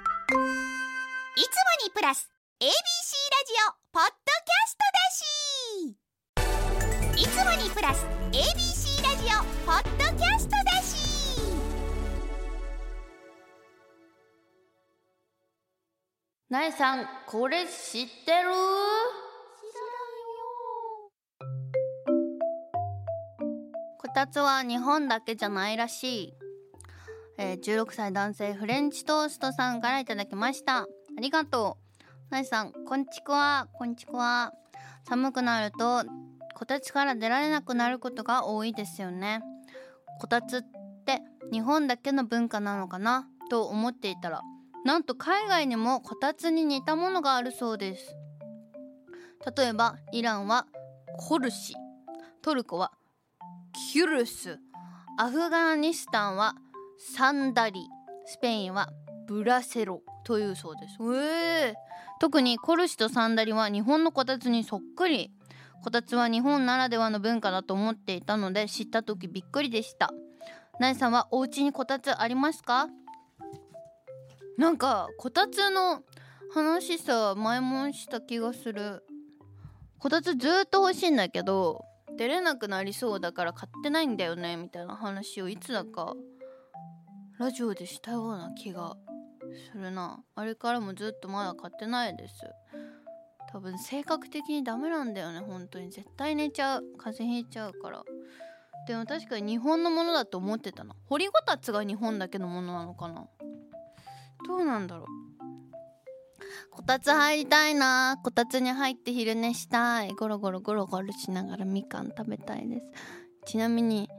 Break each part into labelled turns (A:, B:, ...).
A: いつもにプラス ABC ラジオポッドキャストだしいつもにプラス ABC ラジオポッドキャストだし
B: なえさんこれ知ってるこたつは日本だけじゃないらしい、えー、16歳男性フレンチトーストさんからいただきましたありがとうなえさんこんちくわこんちくわ寒くなるとこたつから出られなくなることが多いですよねこたつって日本だけの文化なのかなと思っていたらなんと海外にもこたつに似たものがあるそうです例えばイランはコルシトルコはキュルスアフガニスタンはサンダリスペインはブラセロというそうです、えー、特にコルシとサンダリは日本のこたつにそっくりこたつは日本ならではの文化だと思っていたので知った時びっくりでしたなえさんはお家にこたつありますかなんかこたつの話さ前もした気がするこたつずっと欲しいんだけど出れなくなりそうだから買ってないんだよねみたいな話をいつだかラジオでしたような気がするなあれからもずっとまだ買ってないです多分性格的にダメなんだよね本当に絶対寝ちゃう風邪ひいちゃうからでも確かに日本のものだと思ってたな掘りごたつが日本だけのものなのかなどうなんだろうこたつ入りたいなこたつに入って昼寝したいゴロゴロゴロゴロしながらみかん食べたいですちなみに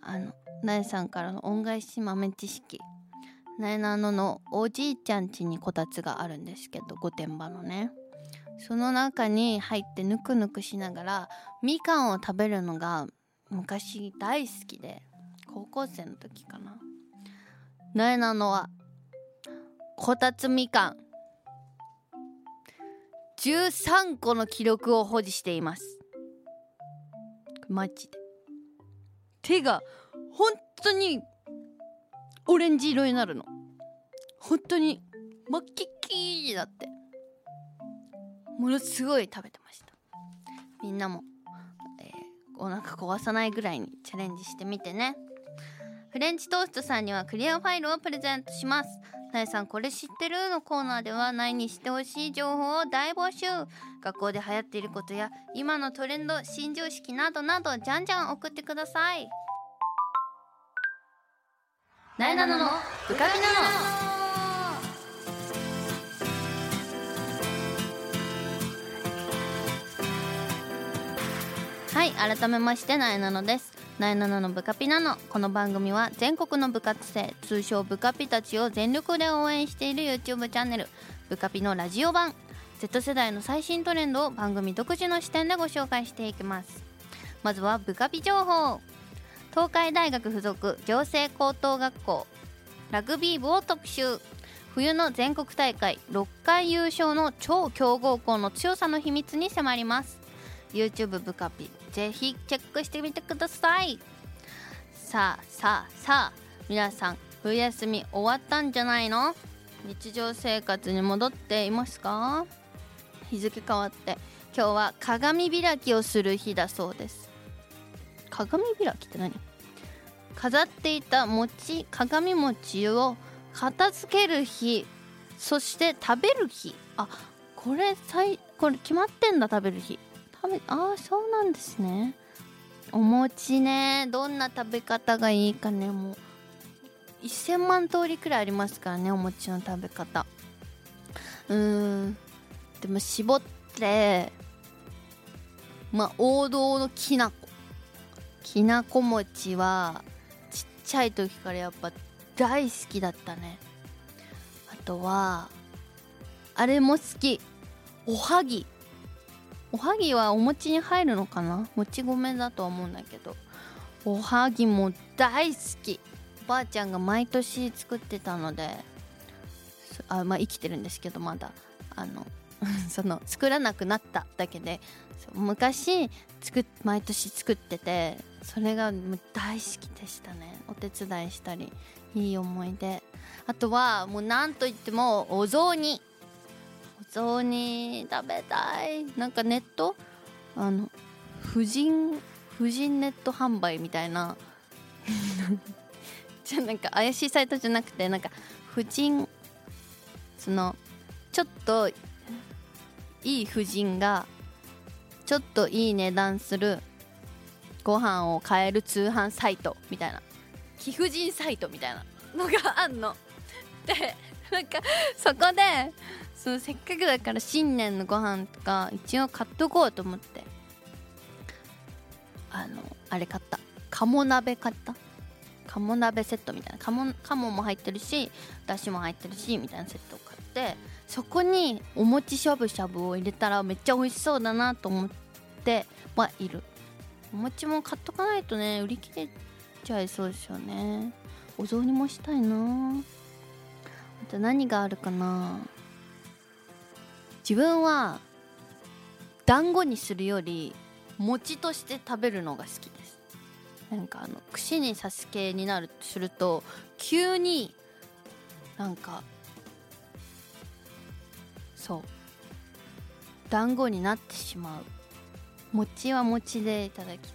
B: あのなえさんからの恩返し豆知識なえなののおじいちゃん家にこたつがあるんですけど御殿場のねその中に入ってぬくぬくしながらみかんを食べるのが昔大好きで高校生の時かななえなのはこたつみかん13個の記録を保持していますマジで手が本当にオレンジ色になるの本当にマッキッキーだってものすごい食べてましたみんなも、えー、お腹壊さないぐらいにチャレンジしてみてねフレンチトーストさんにはクリアファイルをプレゼントしますなえさんこれ知ってるのコーナーではないにしてほしい情報を大募集学校で流行っていることや今のトレンド新常識などなどじゃんじゃん送ってくださいなえなのの浮かびなのはい改めましてなえなのですナイナナの部下ピナのこの番組は全国の部活生通称部下ピたちを全力で応援している YouTube チャンネル部下ピのラジオ版 Z 世代の最新トレンドを番組独自の視点でご紹介していきますまずは部下ピ情報東海大学附属行政高等学校ラグビー部を特集冬の全国大会6回優勝の超強豪校の強さの秘密に迫ります YouTube ブカピぜひチェックしてみてくださいさあさあさあ皆さん冬休み終わったんじゃないの日常生活に戻っていますか日付変わって今日は鏡開きをする日だそうです鏡開きって何飾っていた餅鏡餅を片付ける日そして食べる日あこれこれ決まってんだ食べる日食べああそうなんですねお餅ねどんな食べ方がいいかねもう1000万通りくらいありますからねお餅の食べ方うーんでも絞ってまあ王道のきなこきなこ餅はちっちゃい時からやっぱ大好きだったねあとはあれも好きおはぎおはぎはお餅に入るのかなもち米だとは思うんだけどおはぎも大好きおばあちゃんが毎年作ってたのであまあ生きてるんですけどまだあの その作らなくなっただけで昔作毎年作っててそれが大好きでしたねお手伝いしたりいい思い出あとはもうなんといってもお雑煮お雑煮食べたいなんかネットあの婦人婦人ネット販売みたいな じゃあなんか怪しいサイトじゃなくてなんか婦人そのちょっといい婦人がちょっといい値段するご飯を買える通販サイトみたいな貴婦人サイトみたいなのがあんの。でなんかそこでそのせっかくだから新年のご飯とか一応買っとこうと思ってあのあれ買った鴨鍋買った鴨鍋セットみたいな鴨鴨も入ってるしだしも入ってるしみたいなセットを買ってそこにお餅しゃぶしゃぶを入れたらめっちゃ美味しそうだなと思ってはいるお餅も買っとかないとね売り切れちゃいそうですよねお雑煮もしたいなあと何があるかな自分は団子にするより餅として食べるのが好きですなんかあの串に刺す系になるすると急になんかそう団子になってしまう餅は餅でいただきたいです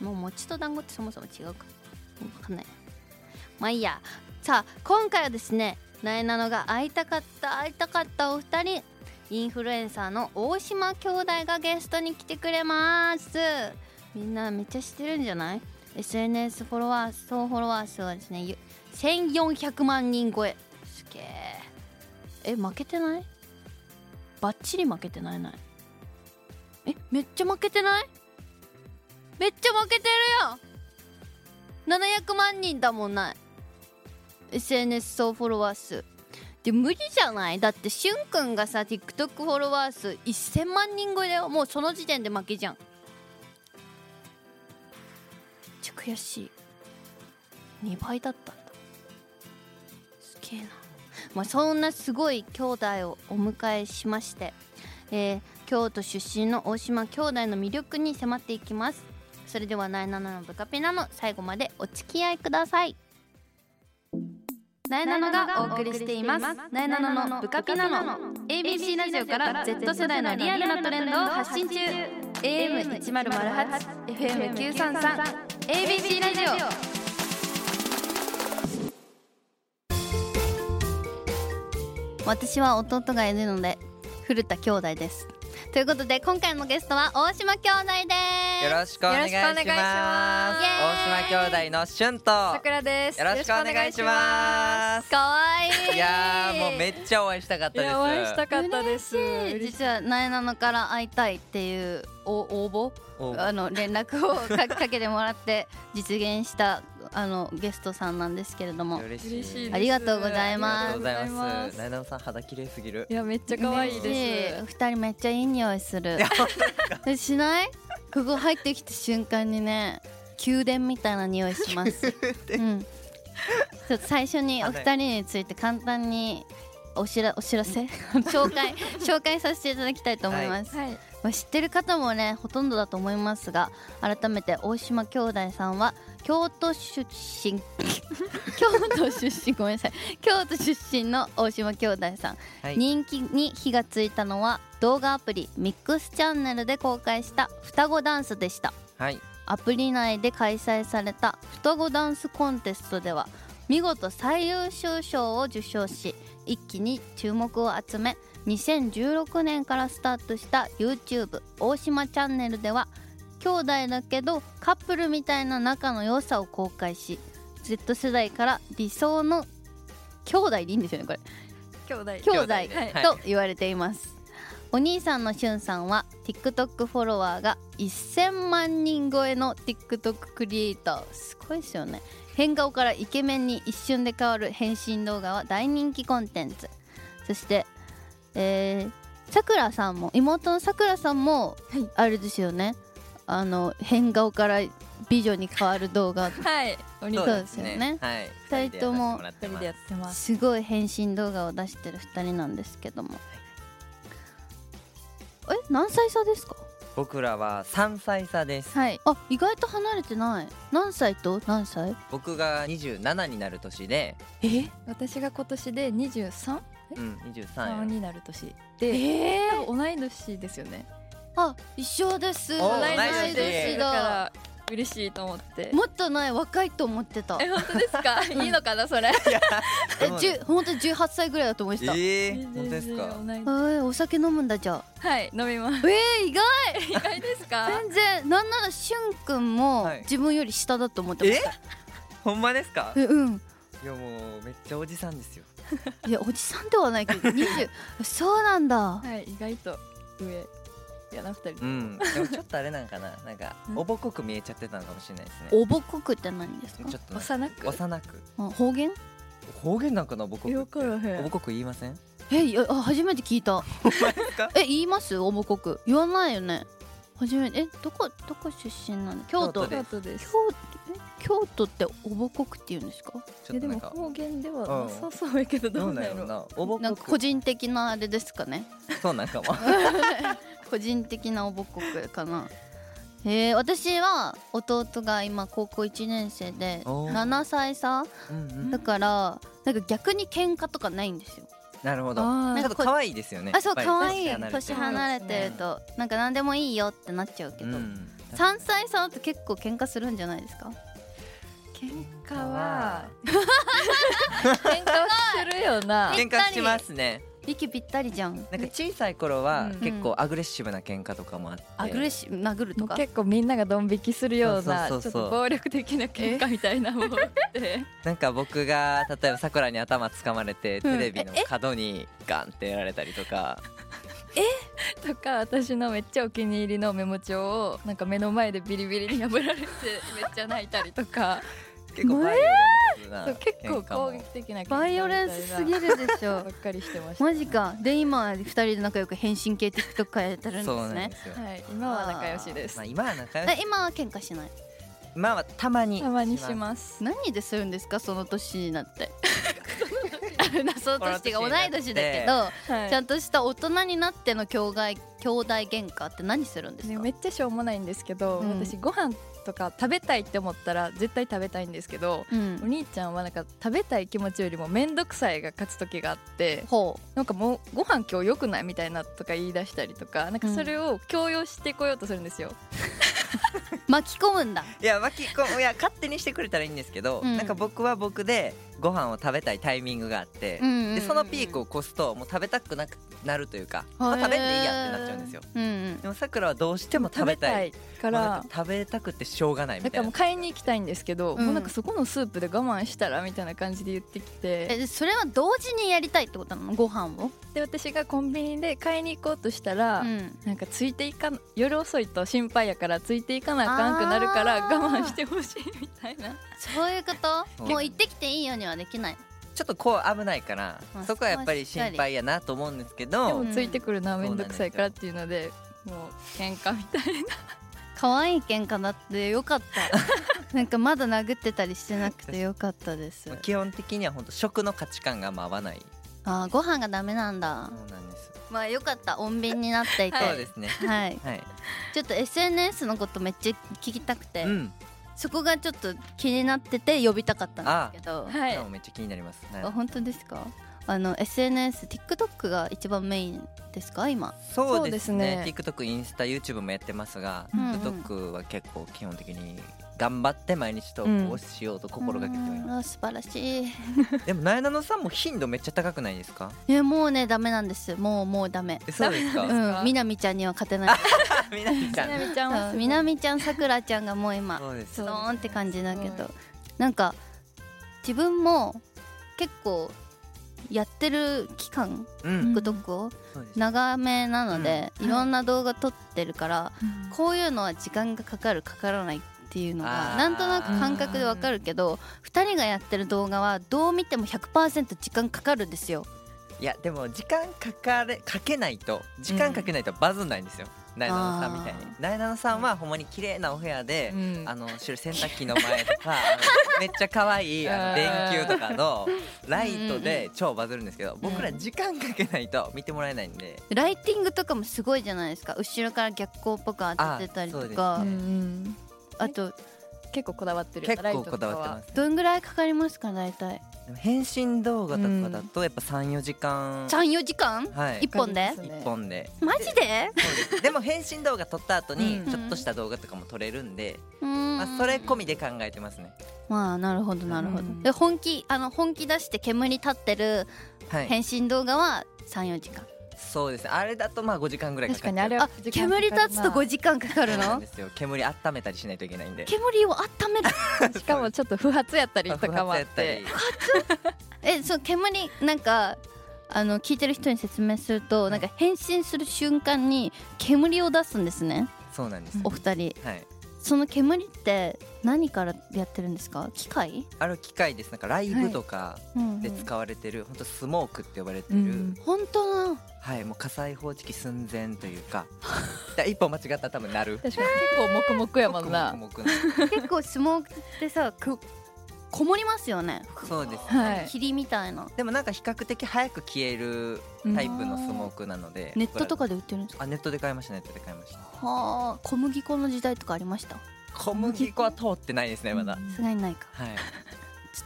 B: ねもう餅と団子ってそもそも違うかもう分かんないまあいいやさあ今回はですねなえなのが会いたかった会いたかったお二人インフルエンサーの大島兄弟がゲストに来てくれますみんなめっちゃ知ってるんじゃない SNS フォロワー総フォロワー数はですねゆ1400万人超えすげええ負けてないバッチリ負けてないないえめっちゃ負けてないめっちゃ負けてるよ700万人だもんない SNS 総フォロワー数で無理じゃないだってしゅんくんがさ TikTok フォロワー数1000万人超えだよもうその時点で負けじゃんめっちゃ悔しい2倍だったんだすげえなまあそんなすごい兄弟をお迎えしまして、えー京都出身の大島兄弟の魅力に迫っていきますそれでは「ナイナナのブカペナ」の最後までお付き合いくださいナイナナがお送りしていますナイナナのブカピナの ABC ラジオから Z 世代のリアルなトレンドを発信中 AM1008 FM933 ABC ラジオ私は弟がいるので古田兄弟ですということで今回のゲストは大島兄弟です
C: よろしくお願いしま
D: よろ
C: す。
D: しくお願いします
B: イエーイ
C: 大島兄弟のしゅんと。
D: さくらです。
C: よろしくお願いします。
B: かわいい
C: いやーもうめっちゃお会いしたかった
D: い
C: です。
D: や、お会いしたかったです。嬉しい
B: 実はなえなのから会いたいっていうお応
C: お
B: 募あの連絡をか かけてもらって実現したあのゲストさんなんですけれども
C: 嬉しい。
D: 嬉しいです
B: ありがとうござい
C: あり
B: ま
C: が
B: す
C: とうござ
D: あ
C: います。な
D: りがとうございます
C: えなのさん肌綺麗すぎる
D: い。や、めっちゃ可愛いで
B: 嬉しい二人めっちゃいい匂いする
C: い や
B: しないここ入ってきた瞬間にね宮殿みたいな匂いします、うん、ちょっと最初にお二人について簡単におしらお知らせ 紹介紹介させていただきたいと思います
D: す。、はい。
B: まあ知ってる方もねほとんどだと思いますが改めて大島兄弟さんは京都出身 京都出身ごめんなさい京都出身の大島兄弟さん、
C: はい
B: 人気に火がついたのは動画アプリミックスチャンネルで公開した双子ダンスでした
C: はい。
B: アプリ内で開催された双子ダンスコンテストでは見事最優秀賞を受賞し一気に注目を集め2016年からスタートした YouTube 大島チャンネルでは兄弟だけどカップルみたいな仲の良さを公開し Z 世代から理想の兄弟でいいんですよねこれ
D: 兄弟。
B: 兄弟
C: ねはい
B: と言われています、お兄さんのしゅんさんは TikTok フォロワーが1000万人超えの TikTok クリエイターすごいですよね変顔からイケメンに一瞬で変わる変身動画は大人気コンテンツそしてえーさくらさんも妹のさくらさんも
D: はい
B: あれですよねあの変顔から美女に変わる動画
D: はい。お兄
B: そ
D: さ
B: うんですよね
C: はい。
B: 二人とも
C: 二
D: 一
C: 人
D: 人
C: で
D: で
C: や
D: や
C: っ
D: ってます。
B: すごい変身動画を出してる2人なんですけども、え何歳差ですか
C: 僕らは3歳差です
E: はい
B: あ意外と離れてない何歳と何歳
C: 僕が27になる年で、
E: え
D: 私が今年で二十三
C: うん、23や
D: になる年
E: え
D: で、
E: ー
D: 多分同い年ですよね。
B: あ一緒です
C: お
B: 同い
C: 同い
B: 年
C: 年
B: です
D: だか
B: だ
D: ら嬉しいと思って。
B: もっとない若いと思ってた
D: え本当ですか？ いいのかなそれ？
B: えじゅ本当に18歳ぐらいだと思ってたえ
C: えー、本当です
D: 同
C: か
D: い
B: ー、お酒飲むんだじゃあ
D: はい飲みます。
B: えー、意外
D: 意外ですか？
B: 全然なんならしゅんくんも
C: はい
B: 自分より下だと思ってました、
C: ほんまですか
B: えうん
C: いやもうめっちゃおじさんですよ
B: いやおじさんではないけど20そうなんだ
D: はい意外と上やな二人。
C: うんでもちょっとあれなんかななんか
D: うん
C: おぼこく見えちゃってたのかもしれないですね
B: おぼこくって何ですか
C: ちょっとなん
D: 幼く。
C: か幼く
B: あ方言
C: 方言なんかなおぼこく
D: よ
C: っ
D: く
C: て
D: わからへん
C: おぼこく言いません
B: えいやあ初めて聞いた
C: か
B: え言いますおぼこく言わないよね初めてえどこどこ出身なの京都
C: 京都
D: 京
C: で
D: 都です。
B: 京え京都っておぼこくって言うんですか
C: ちょ
D: えで
C: っとな
D: も
C: んか
D: 方言では
C: うん
D: なさそうやけど
C: ど
D: ど
C: う
D: う
C: な
D: なん
C: ん
D: やろ
C: やろうなおぼ
B: なん
C: こ
B: か個
C: く
B: 人的なあれですかね
C: そうなんかも
B: 個人的なおぼこくかなえー、私は弟が今高校1年生で
C: おー
B: 7歳差
C: うんうん
B: だからなんか逆に喧嘩とかないんですよ
C: なるほど
D: あー
C: ちょっと可愛いですよね
B: あそう
C: やっぱり
B: 可愛い
C: 離れてる
B: 年離れてるとなんか何でもいいよってなっちゃうけ
C: う
B: ど、
C: ん
B: 3歳差だと結構喧嘩するんじゃないですか
D: 喧嘩は喧嘩はするよな。
C: 喧嘩しますね
B: 息ぴったりじゃん
C: なんか小さい頃は
D: うん
C: 結構アグレッシブな喧嘩とかもあって
B: アグレッシブ殴る
D: も
B: と
D: う
B: か
D: 結構みんながドン引きするような
C: そうそうそう
D: ち
C: そう
D: ょっと暴力的な喧嘩みたいなもん で
C: なんか僕が例えばさくらに頭掴まれてテレビの角にガンってやられたりとか
D: とか私のめっちゃお気に入りのメモ帳をなんか目の前でビリビリに破られてめっちゃ泣いたりとか
C: 結構バイオレンスな
D: そう結構
C: 喧嘩も
D: 攻撃的な喧嘩みたいな
B: バイオレンスすぎるでしょ
D: ばっかりしてました
B: マジかで今2人で仲良く変身系 TikTok かやってるんで
C: そう
B: す
C: なん
B: ね
C: ですよ
D: はい今は仲良しです
C: まあ今は仲良し
B: え今は喧嘩しない
C: 今はたまに
D: たまにします
B: 何でするんですかその年になって その年っていうか同
C: こ
B: い
C: の年になって
B: 年だけど、
D: はい
B: ちゃんとした大人になっての兄弟兄弟喧嘩って何するんです
D: ね
B: か、
D: めっちゃしょうもないんですけど、
B: うん
D: 私ご飯とか食べたいって思ったら絶対食べたいんですけど
B: う
D: お
B: ん、
D: 兄ちゃんはなんか食べたい気持ちよりも面倒くさいが勝つ時があって
B: ほ
D: なんかもうご飯今日良くないみたいなとか言い出したりとかなんかそれを強要してこようとするんですよ、
B: う巻き込むんだ
C: いや巻き込むいや勝手にしてくれたらいいんですけど、
B: うん
C: なんか僕は僕でご飯を食べたいタイミングがあって、
B: うんうんうん
C: でそのピークを越すともう食べたくなくなるというか、まあ
B: へー
C: 食べんでいいやってなっちゃうんですよ
B: うんうん
C: でもさくらはどうしても食べたい
D: 食べたいか
C: もうな
D: ら
C: んか食べたくてしょうがない
D: だか
C: みた
D: ら
C: いな
D: もう買いに行きたいんですけど、
B: うん
D: もうなんかそこのスープで我慢したらみたいな感じで言ってきて
B: えでそれは同時にやりたいってことなのご飯を、
D: で私がコンビニで買いに行こうとしたら、
B: うん、
D: なんかついていかん夜遅いと心配やからついていかなあかんくなるから
B: あー
D: 我慢してほしいみたいな
B: そういうこと
C: そう
B: もう行ってきていいようにはできない
C: ちょっとこう危ないから、
B: まあ
C: そこはやっぱり心配やなと思うんですけど
D: で
C: でも
D: もついてくるのは面倒くさいからっていうのでもう喧嘩みたいな
B: 可愛い喧嘩だってよかった なんかまだ殴ってたりしてなくてよかったです
C: まあ基本的には本当食の価値観があんま合わない
B: あーご飯がダメなんだ
C: そうなんです、
B: まあよかった穏便になっていて
C: そうですね
B: はい
C: はい、
B: ちょっと SNS のことめっちゃ聞きたくて、
C: うん
B: そこがちょっと気になってて呼びたかったんですけど
D: は
C: でもめっちゃ気になります、はい
B: あ本当ですかあの SNSTikTok が一番メインですか今
C: そうですね
D: そうで
C: TikTok インスタ YouTube もやってますが、
B: うんうん
C: TikTok は結構基本的に頑張って毎日投稿しようと心がけておりま
B: あ素晴らしい
C: す、でもなえなのさんも頻度めっちゃ高くないですか
B: えもうねダメなんですもうもうダメ
C: えそうです
B: う
C: か
B: んみなみちゃんには勝てない
C: みなみちゃ
D: ち
C: ん
D: なみちゃんは
B: そうみなみちゃんさくらちゃんがもう今
C: そうです
B: ド
D: そうですね
B: ーンって感じだけ
D: すご
B: ど
D: い
B: なんか自分も結構やってる期間
C: うん
D: ん
B: TikTok を
C: そうです
B: 長めなので、いろんな動画撮ってるから、こういうのは時間がかかるかからないっていうのが
C: あー
B: なんとなく感覚でわかるけど2人がやってる動画はどう見ても100%時間かかるんですよ
C: いやでも時間かかれかけないと時間かけないとバズんないんですよ、ナイナノさんみたいに
B: あ
C: ナイナノさんはほんまに綺麗なお部屋で、
D: うん
C: あの白い洗濯機の前とかあのめっちゃ可愛いあの
D: あー
C: 電球とかのライトで超バズるんですけど僕ら時間かけないと見てもらえないんで
B: ライティングとかもすごいじゃないですか後ろから逆光っぽく当ててたりと
C: あ
B: か
C: そうで
D: んう
C: す
D: ん
B: あと
D: 結構こだわってる
C: 結構
D: ライト
C: こと
D: か
C: だ
D: は
C: わってます
B: どんぐらいかかりますか大体
C: でも変身動画とかだとやっぱ34時間、
B: 34時間
C: はい
B: 一本で
D: かかりますね
C: 一本で
B: マジで
C: そうですでも変身動画撮った後に
D: うん
C: ちょっとした動画とかも撮れるんで、
B: うーん
C: まあ、それ込みで考えてますね、
B: まあなるほどなるほど、
D: うん
B: で本気あの本気出して煙立ってる
C: はい、
B: 変身動画は34時間
C: そうですねあれだとまあ5時間ぐらいかかっち
D: 確かに
C: ゃう
D: あれは
B: あ
D: 時間
B: 煙立つと
D: かかるな
B: 5時間かかる
C: そう なん
B: の
C: ですよ煙温めたりしないといけないんで
B: 煙を温める
D: しかもちょっと不発やったりとかもあっ
C: 爆発や
D: て
C: ったり
B: えそう煙なんかあの聞いてる人に説明するとなんか変身する瞬間に煙を出すんですね
C: そうなんです
B: お二人
C: はい
B: その煙って何からやってるんですか機械、
C: ある機械ですなんかライブとか
B: うん
C: で使われてる本当スモークって呼ばれてる、
D: うん
B: 本当の
C: はいもう火災報知器寸前というか だから一歩間違ったら多分なる
D: 確かに結構黙々やもんな
C: 黙々な
B: 結構スモークってさくこもりますよね
C: そうです
D: はい
B: 霧みたいな
C: でもなんか比較的早く消えるタイプのスモークなので
B: ネットと
C: か
B: かで売ってるんですか
C: あネットで買いましたネットで買いました
B: はあ小麦粉の時代とかありました
C: 小麦粉は通ってないですねまだ、
B: さすがにないか
C: はい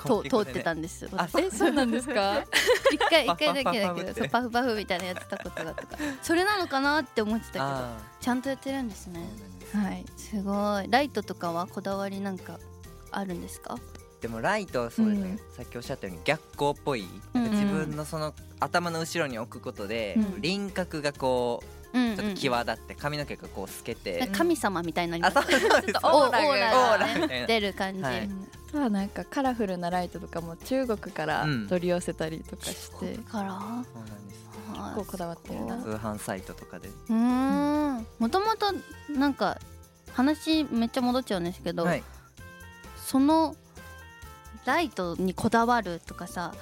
B: と
C: 小麦
B: 通
C: 粉で
B: っ
C: ね
B: てたんですよ
C: あ
D: えそうなん ですか
B: 一回一回だけだ
C: パフパ
B: けど
C: フパフって
B: そうパフパフみたいなやってたことがとかそれなのかなって思ってたけど
C: あ
B: ちゃんとやってるんですね
C: ーそうなんです
D: はい
B: すごいライトとかはこだわりなんかあるんですか
C: でもライトはそうですね、さっきおっしゃったように逆光っぽい、なんか
B: うんうん
C: 自分のその頭の後ろに置くことで、
B: うん
C: 輪郭がこ
B: うんう
C: うんちょっと際立って髪の毛がこう透けて、
B: なんか神様みたいになりま
C: あ
B: す
C: そうそうです
B: オー
D: オーラが
B: ラ
C: オーラ
B: が
C: み
B: ね
C: たいな
B: 出る感じ、
C: は
D: う
C: い
D: んあとはなんかカラフルなライトとかも中国から
C: うん
D: 取り寄せたりとかして、
B: ここから
C: そうなんです
D: 結構こだわってるな
C: 通販サイトとかで、
B: うーんもともとなんか話めっちゃ戻っちゃうんですけど、
C: はい、
B: そのライトにこだわるとかさ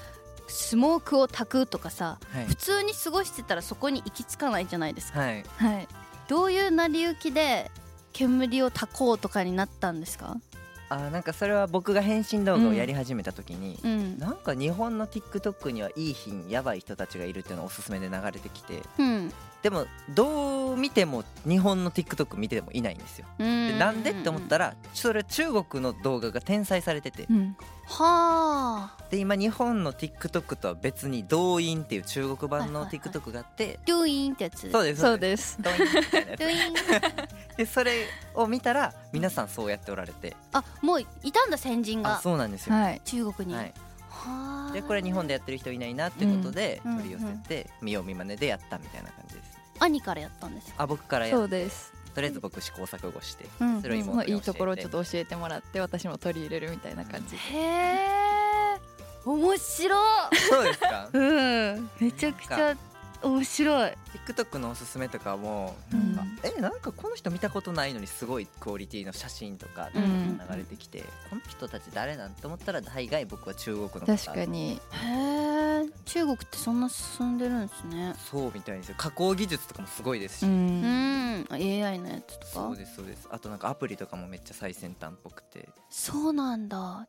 B: スモークを焚くとかさ
C: はい
B: 普通に過ごしてたらそこに行き着かないじゃないですか
C: はい、
D: はい
B: どういう成り行きで煙を焚こうとかになったんですか
C: あーなんかそれは僕が変身動画をやり始めた時に、
B: うん
C: なんか日本の TikTok にはいい品やばい人たちがいるっていうのをおすすめで流れてきて
B: うん
C: でもどう見ても日本の TikTok 見てもいないんですよでなんでって思った
B: ら
C: らそれは中国の動画が転載されてて
D: うん
B: はあ
C: で今日本の TikTok とは別に「動員」っていう中国版の
B: はいはいはい
C: TikTok があって
B: ドゥイーンってやつ
C: そう
B: う
C: です
D: そう
C: そうです
D: です
C: 動員みたいなやつ
B: ドゥイーン
C: でそれを見たら皆さんそうやっておられて
B: あもういたんだ先人
C: あ
B: が
C: そうなんですよ
D: はい
B: 中国に、
C: はい
B: はあ
C: でこれ日本でやってる人いないなっていうことで
B: うん
C: 取り寄せて見よう見まねでやったみたいな感じです
B: 兄からやったんです
C: あ僕からや
D: そ
C: っ
D: うです
C: とりあえず僕試行錯誤して
B: うん
C: それを
D: そ
C: 妹
D: の
C: に教えて
D: いいところをちょっと教えてもらって私も取り入れるみたいな感じ
B: へえ面白
C: そうです か
B: うんめちゃくちゃ 面白い
C: TikTok のおすすめとかも
D: う
C: なん
D: ん
C: か、えなんかこの人見たことないのにすごいクオリティの写真とか
B: う
C: 流
B: ん
C: れてきて、この人たち誰なんて思ったら大概僕は中国の方
D: 確かに
B: へえ中国ってそんな進んでるんですね
C: そうみたいですよ加工技術とかもすごいですし、
B: うんん AI のやつとか
C: そうですそうですあとなんかアプリとかもめっちゃ最先端っぽくて
B: そうなんだ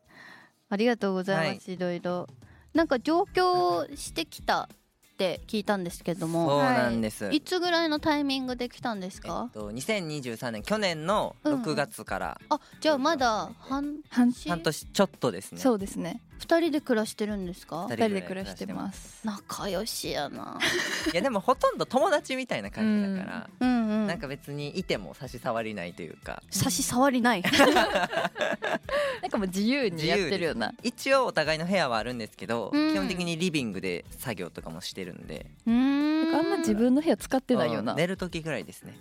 B: ありがとうございます、いろいろなんか上京してきたって聞いたんですけど
C: そう
B: も
C: なんです、
B: いつぐらいのタイミングで来たんです
C: えっ
B: か、
C: と、2023年去年の6月から
B: あじゃあまだ半
D: 半
C: 半年ちょっとですね、
D: そうですね
B: 二人で暮らしてるんですか
C: 二
D: 二人で暮らしてますす
B: 仲良しやな
C: いやでもほとんど友達みたいな感じだから、
B: うんうん
C: なんか別にいても差し障りないというか
B: 差し障りない
D: なんかもう自由にやってるような
C: 一応お互いの部屋はあるんですけど、
B: うん
C: 基本的にリビングで作業とかもしてるんで
B: うーん
D: あんま自分の部屋使ってないような、
C: うん寝る時ぐらいですね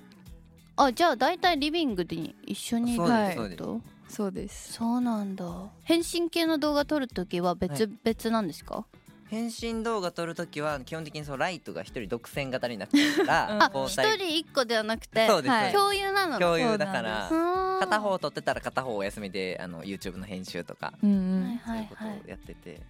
B: あじゃあ大体リビングで一緒にいる
C: そう
D: です
B: ってこと
C: そ
D: そうです
B: そうなんだ変身系の動画撮るときは別、
C: は
B: 別なんですか
C: 変身動画撮る時は基本的にそのライトが一人独占型になってるから、
D: うん
B: あ
C: 交
B: 一
C: 代
B: 人一個ではなくて
C: そうです、
D: はい
C: そう
B: 共有なの
C: です共有
D: そうなんです
C: だから
B: うん
C: 片方撮ってたら片方お休みであの YouTube の編集とか、
D: うんう
B: はいはいい
D: ん、
C: そう
B: う
C: こと
B: はい
C: をやってて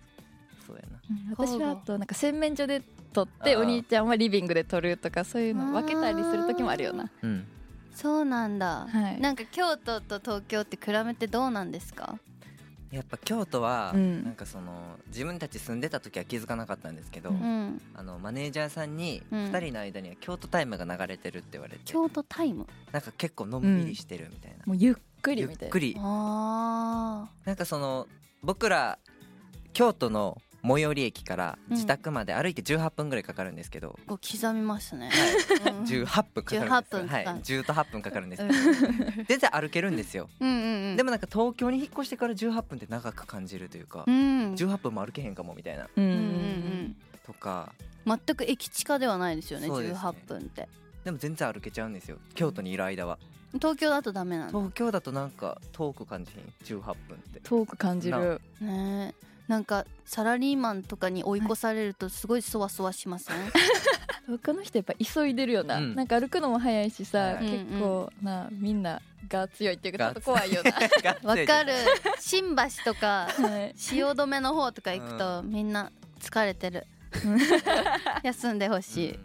C: そうやな
D: 私はあとなんか洗面所で撮って
C: あ
D: お
C: ー
D: 兄ちゃんはリビングで撮るとかそういうのを分けたりする時もあるような
C: うん
B: そうなんだ、
D: はい
B: なんか京都と東京って比べてどうなんですか
C: やっぱ京都は、
D: うん
C: なんかその自分たち住んでた時は気づかなかったんですけど、
D: う
B: うん
C: あのマネージャーさんに
B: うん
C: 2人の間には京都タイムが流れてるって言われて、
B: 京都タイム
C: なんか結構のんびりしてるみたいな、
D: もうゆっくり
C: ゆ
D: みたい
C: っ
D: な
C: くり
B: あ
C: なんかその僕ら京都の最寄り駅から自宅まで歩いて18分ぐらいかかるんです けど、
B: ーこう刻みますね、うん
C: 18分かかるんです
B: 18
C: よ
B: 分かか
C: はい
B: る、
C: 10と8分かかるんです
B: うん
C: けど、全然歩けるんですよ、
B: うんうんうん
C: でもなんか東京に引っ越してから18分って長く感じるというか、
B: うん
C: 18分も歩けへんかもみたいな
D: うんう
B: うんんう
D: うんん
C: とか
B: うん全く駅地下ではないですよね
C: そうですね
B: 18分って
C: でも全然歩けちゃうんですよ京都にいる間は
B: 東京だとダメなんだ
C: 東京だとなんか遠く感じひん18分って
D: 遠く感じる
B: ねえなんかサラリーマンとかに追い越されるとすごいそわそわしません、
D: 他の人やっぱ急いでるよな、
C: うん
D: なんか歩くのも早いしさ、
C: はい
D: 結構なみんなが強いっていうかちょっと怖いよ
B: わか
C: る
B: る新橋とか
D: な、はい、
B: 汐留の方とか行くとみんな疲れてる 休んでほしい、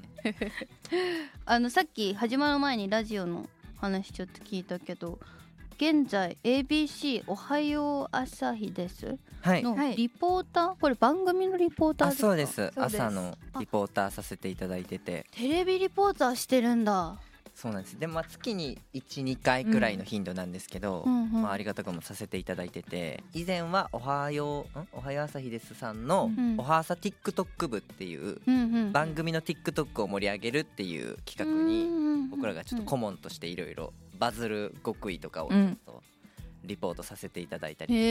B: あのさっき始まる前にラジオの話ちょっと聞いたけど現在 ABC「おはよう朝日です」
C: はい
B: の
D: はい
B: リポーター、これ番組のリポーター
C: あ
B: ですか
C: そうです
D: そうです
C: 朝のリポーターさせていただいてて
B: テレビリポーターしてるんだ、
C: そうなんですでまあ月に12回くらいの頻度なんですけど、
B: うんうん
C: まあ、ありがたくもさせていただいてて以前は「おはよう」ん「おはよう朝日です」さんの
B: うん
C: 「おはあさ TikTok 部」っていう
B: うんうん、
C: 番組の TikTok を盛り上げるっていう企画に僕らがちょっと顧問としていろいろバズる極意とかをちょっとリポートさせていただいたりとか、
B: へ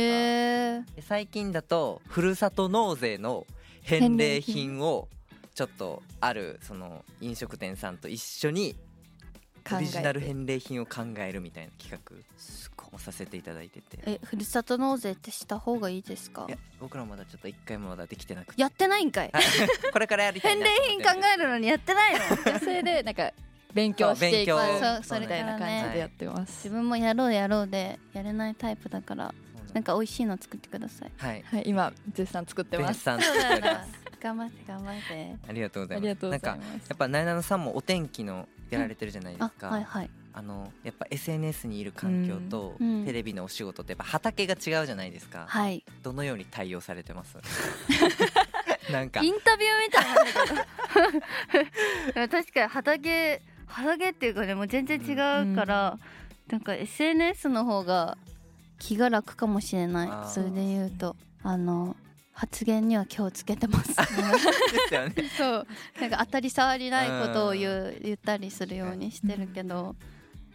B: え
C: で最近だとふるさと納税の返礼品をちょっとあるその飲食店さんと一緒に
D: 考えて
C: オリジナル返礼品を考えるみたいな企画をさせていただいてて
B: えふるさと納税ってした方がいいですか
C: いや僕らまだちょっと一回もまだでき てなくて
B: やってないんかい
C: はいこれからやりたい
B: 返
C: な
B: 礼
C: と思
B: 品
C: って
B: 考えるのにやってないの
D: 女性でなんか勉強していく
C: そう
B: 勉強そうそれ
D: みたいな感じでやってま
B: 自
D: す、
B: 分もやろうやろうでやれないタイプだから
C: そう
B: なんんか美味しいの作ってください
C: はい
D: はい、今絶賛作って
C: ベ
D: ま
C: ン
D: す
C: さん作っております
B: 頑張って頑張って
C: ありがとうござ
D: あ
C: い
D: りが
C: ます
D: とうござ
C: なん
D: い
C: か
D: ます
C: やっぱなえなのさんもお天気のやられてるじゃないです
B: あ
C: か、
B: はいはい
C: あのやっぱ SNS にいる環境と
B: うんうん
C: テレビのお仕事ってやっぱ畑が違うじゃないですか、
B: はい
C: どのように対応されてますなんか
B: インタビューみたいなんだけどでも確かに畑畑っていうかねもう全然違うから、なんか SNS の方が気が楽かもしれ
C: あ
B: な
C: ー
B: いそれで言うとあの発言には気をつけてます
C: ですよね
B: そうなんか当たり障りないことを言う言ったりするようにしてるけど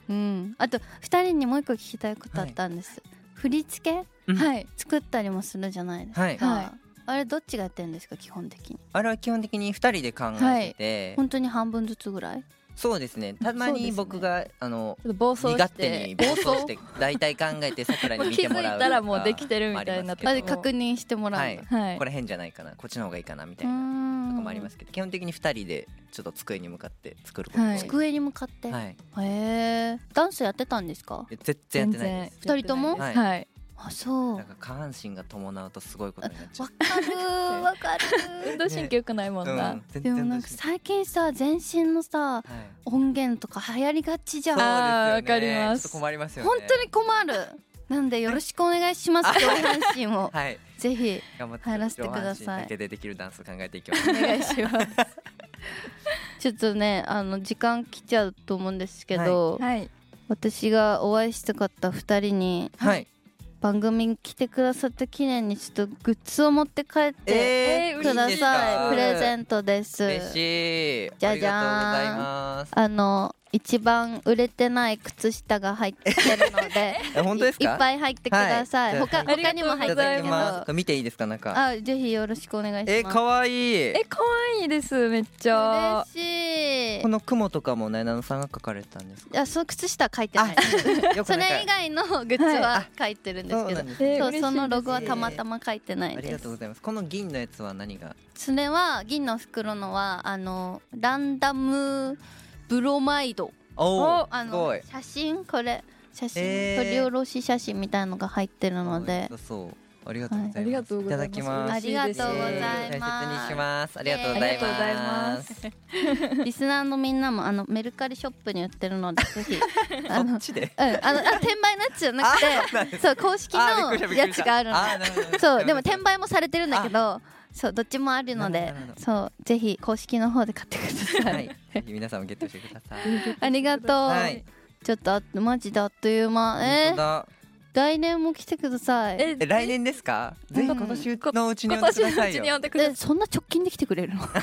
B: うんあと2人にもう一個聞きたいことあったんです、振り付け
C: うん
D: はい
B: 作ったりもするじゃないですか、
C: はい
D: はい
B: あれどっちがやってるんですか基本的に
C: あれは基本的に2人で考えてて、
B: 本当に半分ずつぐらい
C: そうですねたまに僕が、あの
D: ちょっと暴走し
C: 身勝手
D: て
C: に暴走して大体考えてさくらに見ても ら
D: 気づい
C: うとか
D: たらもうできてるみたいな
C: あり
B: あ
C: ます
B: れ
C: けど
B: 確認してもらうんだ、
C: は
D: はい
C: これ変じゃないかなこっちの方がいいかなみた
B: う
C: いなと
B: ー
C: か
B: ん
C: もありますけど基本的に2人でちょっと机に向かって作ることが多いです
B: 机に向かって、
C: はい
B: へえダンスやってたんですか
C: え全然やってないです
B: 二人とも
D: は、
C: はいい
D: はい、
B: あそう
C: な
B: わ
C: んか下半身が伴うとすごいことになっちゃう
B: か るわか
D: 運
B: る
D: 動神経良くないもんな、
C: うん全
B: で
C: 然
B: もなんか最近さ全身のさ
C: はい
B: 音源とか流行りがちじゃん
D: あー
C: そうですよね
D: わかります
C: ちょっと困りますよね
B: 本当に困るなんでよろしくお願いします上半身を
C: はい
B: ぜひ
C: 頑張って
B: 入らせてください
C: 上半身だけでできるダンス考えていきます
B: お願いしますちょっとねあの時間来ちゃうと思うんですけど、
D: はい
B: 私がお会いしたかった2人に
C: はい
B: 番組に来てくださった記念にちょっとグッズを持って帰って
D: えー
B: く
D: 嬉しい
B: だ
D: です
B: さ
D: か
B: いプレゼ
C: ン
B: ントです
C: 嬉しい
B: じゃじゃーん
C: ありがとうございます
B: あの一番売れてない靴下が入ってるので
C: え 本当です
B: い
C: か
B: っぱい入ってください、
C: はい
B: 他
C: じゃ
D: あ
B: 他にも入
C: い
B: ってる
C: ただ
B: け
C: き
B: ど
C: ます見ていいですか中
B: あぜひよろしくお願い
C: え
B: します
C: 可愛い
D: え可愛いですめっちゃ
B: 嬉しい
C: この雲とかもなえなのさんが描かれたんですか
B: いやその靴下は 書いてない
C: よく
B: そ
C: なんか
B: れ以外のグッズは書いてるんです
C: そう
B: け
C: な
B: ど
C: んです
D: え
C: ね
D: ー
B: そう
D: 嬉しいです
B: そのロゴはたまたま書いてない
C: あり
B: で
C: が
B: す
C: とうございますこの銀のやつは何が
B: それは銀の袋のはあのランダムブロマイド
C: おお
B: あ
C: す
B: の
C: ごい
B: 写真これ写真、
C: えー
B: 撮り下ろし写真みたいのが入ってるので
C: そうありがとうござ
D: あ
C: い
D: りが
C: ます。
D: とう
C: い
D: ござ
C: た
D: います
C: だきます。
D: 嬉しです
B: ありがとうございます
C: えー大切にします。ありがとうござ
D: あ
C: います。
D: りがとうございます
B: リスナーのみんなもあのメルカリショップに売ってるの でぜひあの
C: こっちで。
B: うん、あのあ転売のやつじゃなくて そう公式
C: あーび
B: の
C: っくりしたびっく
B: や
C: りし
B: つ
C: た
B: があるの
C: あーなるほどなるほど
B: そうでも転売もされてるんだけどそうどっちもあるの
C: な
B: で
C: るほどなるほ
B: そうぜひ公式の方で買ってください、
C: はい。ぜひ皆さんもゲットしてください。
B: ありがとう、
C: はい。
B: ちょっとあマジであっという間え
C: 本当
B: ー、
C: だ
B: 来年も来てください
D: え
C: え来年ですか？ぜひ
B: うん
C: 今年のうちに
D: 今
C: 呼んで
D: 年
C: くだ
D: の
C: さ
D: う
C: い
D: ち
C: よ
D: に。呼んでくださ
B: えそんな直近で来てくれるのそんな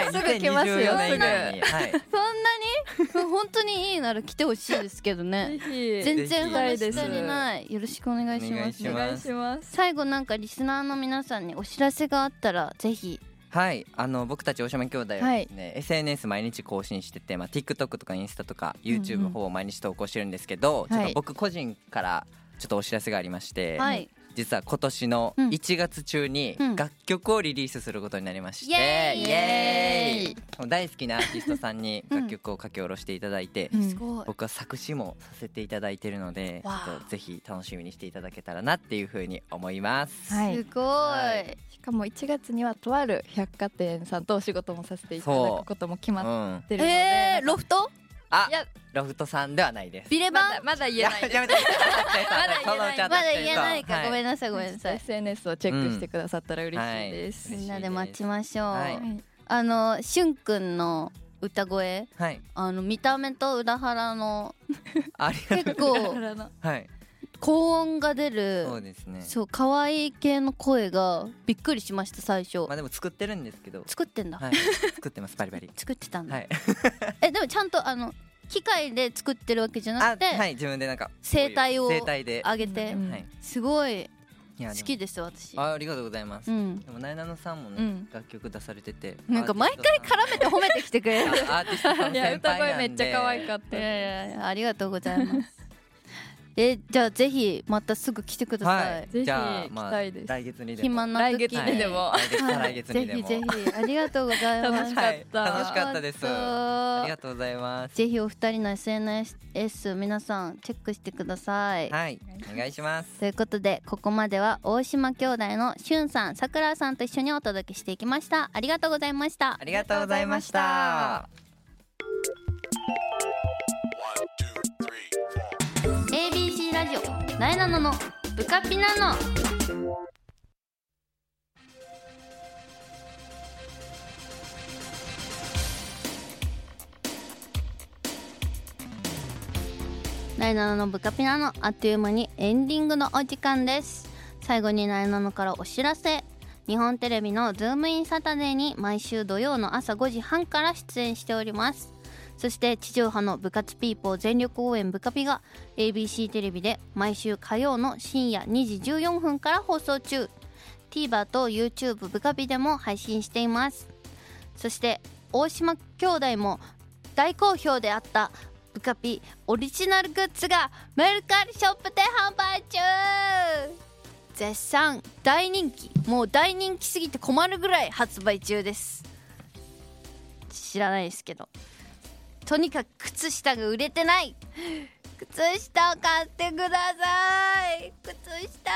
C: はい。
D: すぐ来ますよ
C: 2024年以内にはい。
B: に 本当にいいなら来てほしいですけど
D: い。
B: ね
D: ぜ
B: 全然話し
D: ぜひ
B: 足りないよろしくお願いし
C: お
B: ま
C: 願い
B: す
C: し
D: ひお願いします。
B: 最後なんかリスナーの皆さんにお知らせがあったらぜひ
C: はい、あの僕たち大島兄弟はですね、SNS 毎日更新してて、まあ、TikTok とかインスタとか YouTube の方を毎日投稿してるんですけど、ちょっと僕個人からちょっとお知らせがありまして、
B: はい
C: 実は今年の
B: うん
C: 1月中に
B: うん
C: 楽曲をリリースすることになりまして、
B: イエーイ
C: イエー
B: イエ
C: イ大好きなアーティストさんに
B: うん
C: 楽曲を書き下ろしていただいて、
D: うん
B: すごい
C: 僕は作詞もさせていただいてるのでちょ
B: わあ
C: っとぜひ楽しみにしていただけたらなっていうふうに思います。
D: は
B: す
D: い。
B: ごい、
C: はい
D: しかも1月にはとある百貨店さんとお仕事もさせていただくことも決
C: う
D: まっ
C: ん、
D: てるので。
B: えー、ロフト
C: あ
D: いや
C: ロフトさんではないです。
B: ビレ
D: ま
B: バン
D: だまだ言えないです。
C: やめて。
D: まだ言えない
B: まだ言えないか、ごめん
C: ん。
B: なさいごめんなさい
D: SNS をチェックしてくださったら嬉しいです。
C: うん
B: みんなで待ちましょう、
C: はい
D: はい
B: あのしゅんくんの歌声
C: はい。
B: あの見た目と裏腹の
C: ありがと
B: 結
C: う。
B: 構
D: 裏の
C: はい。
B: 高音が出
C: そう
B: る
C: ですね。
B: そう可愛い系の声がびっくりしました最初
C: まあでも作ってるんですけど。
B: 作ってんだ、
C: はい。作ってますバリバリ。
B: 作ってたんだ、
C: はい。
B: えでもちゃんとあの機械で作ってるわけじゃな
C: あ
B: くて、
C: はい自分でなんか
B: 声帯を
C: 声帯で。
B: 上げて、
D: うん
C: はい。
B: すごい
C: いや
B: 好
C: でも
B: きです私
C: あありがとうございます
B: う。ん
C: でもなえなのさんも
D: う
C: ね
D: ん
C: 楽曲出されてて。
B: なんか毎回絡めて褒めてきてくれ る
C: アーティストさ
D: い
C: んの
D: や
C: 先
D: 歌
C: 輩
D: 声
C: なんで。
D: めっちゃ可愛かっ
B: い
D: た。
B: やいやいやありがとうございますえじゃあぜひまたすぐ来てください、
C: はい。
D: ぜひ
C: じゃあま
D: 来
C: あ
D: たいです
C: 来月にでも。
B: 暇な時
D: 来月にでも
C: はい来月再
B: は
C: 来
B: い
C: 月
B: ぜ
C: にで
B: ひ
C: も。
B: ぜひありがとうございます
D: 楽しかった
C: はい楽しかったです。ありがとうございます。
B: ぜひお二人の SNS 皆さんチェックしてください、
C: はい、お願いします。
B: ということでここまでは大島兄弟のしゅんさんさくらさんと一緒にお届けしていきましたありがとうございました
C: ありがとうございました。
B: ABC ラジオなえなののブカピナのなえなののブカピナのあっという間にエンディングのお時間です最後になえなのからお知らせ日本テレビのズームインサタデーに毎週土曜の朝5時半から出演しておりますそして地上波の部活ピーポー全力応援ブカピが ABC テレビで毎週火曜の深夜2時14分から放送中 TVer と YouTube ブカピでも配信していますそして大島兄弟も大好評であったブカピオリジナルグッズがメルカリショップで販売中絶賛大人気もう大人気すぎて困るぐらい発売中です知らないですけどとにかく靴下が売れてない靴下を買ってください靴下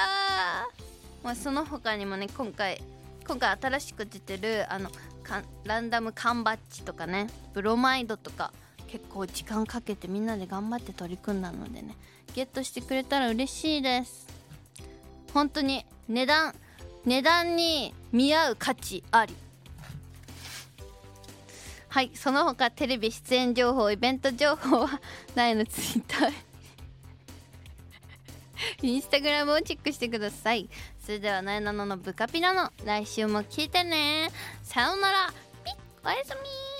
B: まあその他にもね今回今回新しく出てるあのかランダム缶バッジとかねブロマイドとか結構時間かけてみんなで頑張って取り組んだのでねゲットしてくれたら嬉しいです本当に値段値段に見合う価値ありはいその他テレビ出演情報イベント情報は ないのツイッター インスタグラムをチェックしてくださいそれではなえなののブカピラの来週も聞いてねさようならピッおやすみ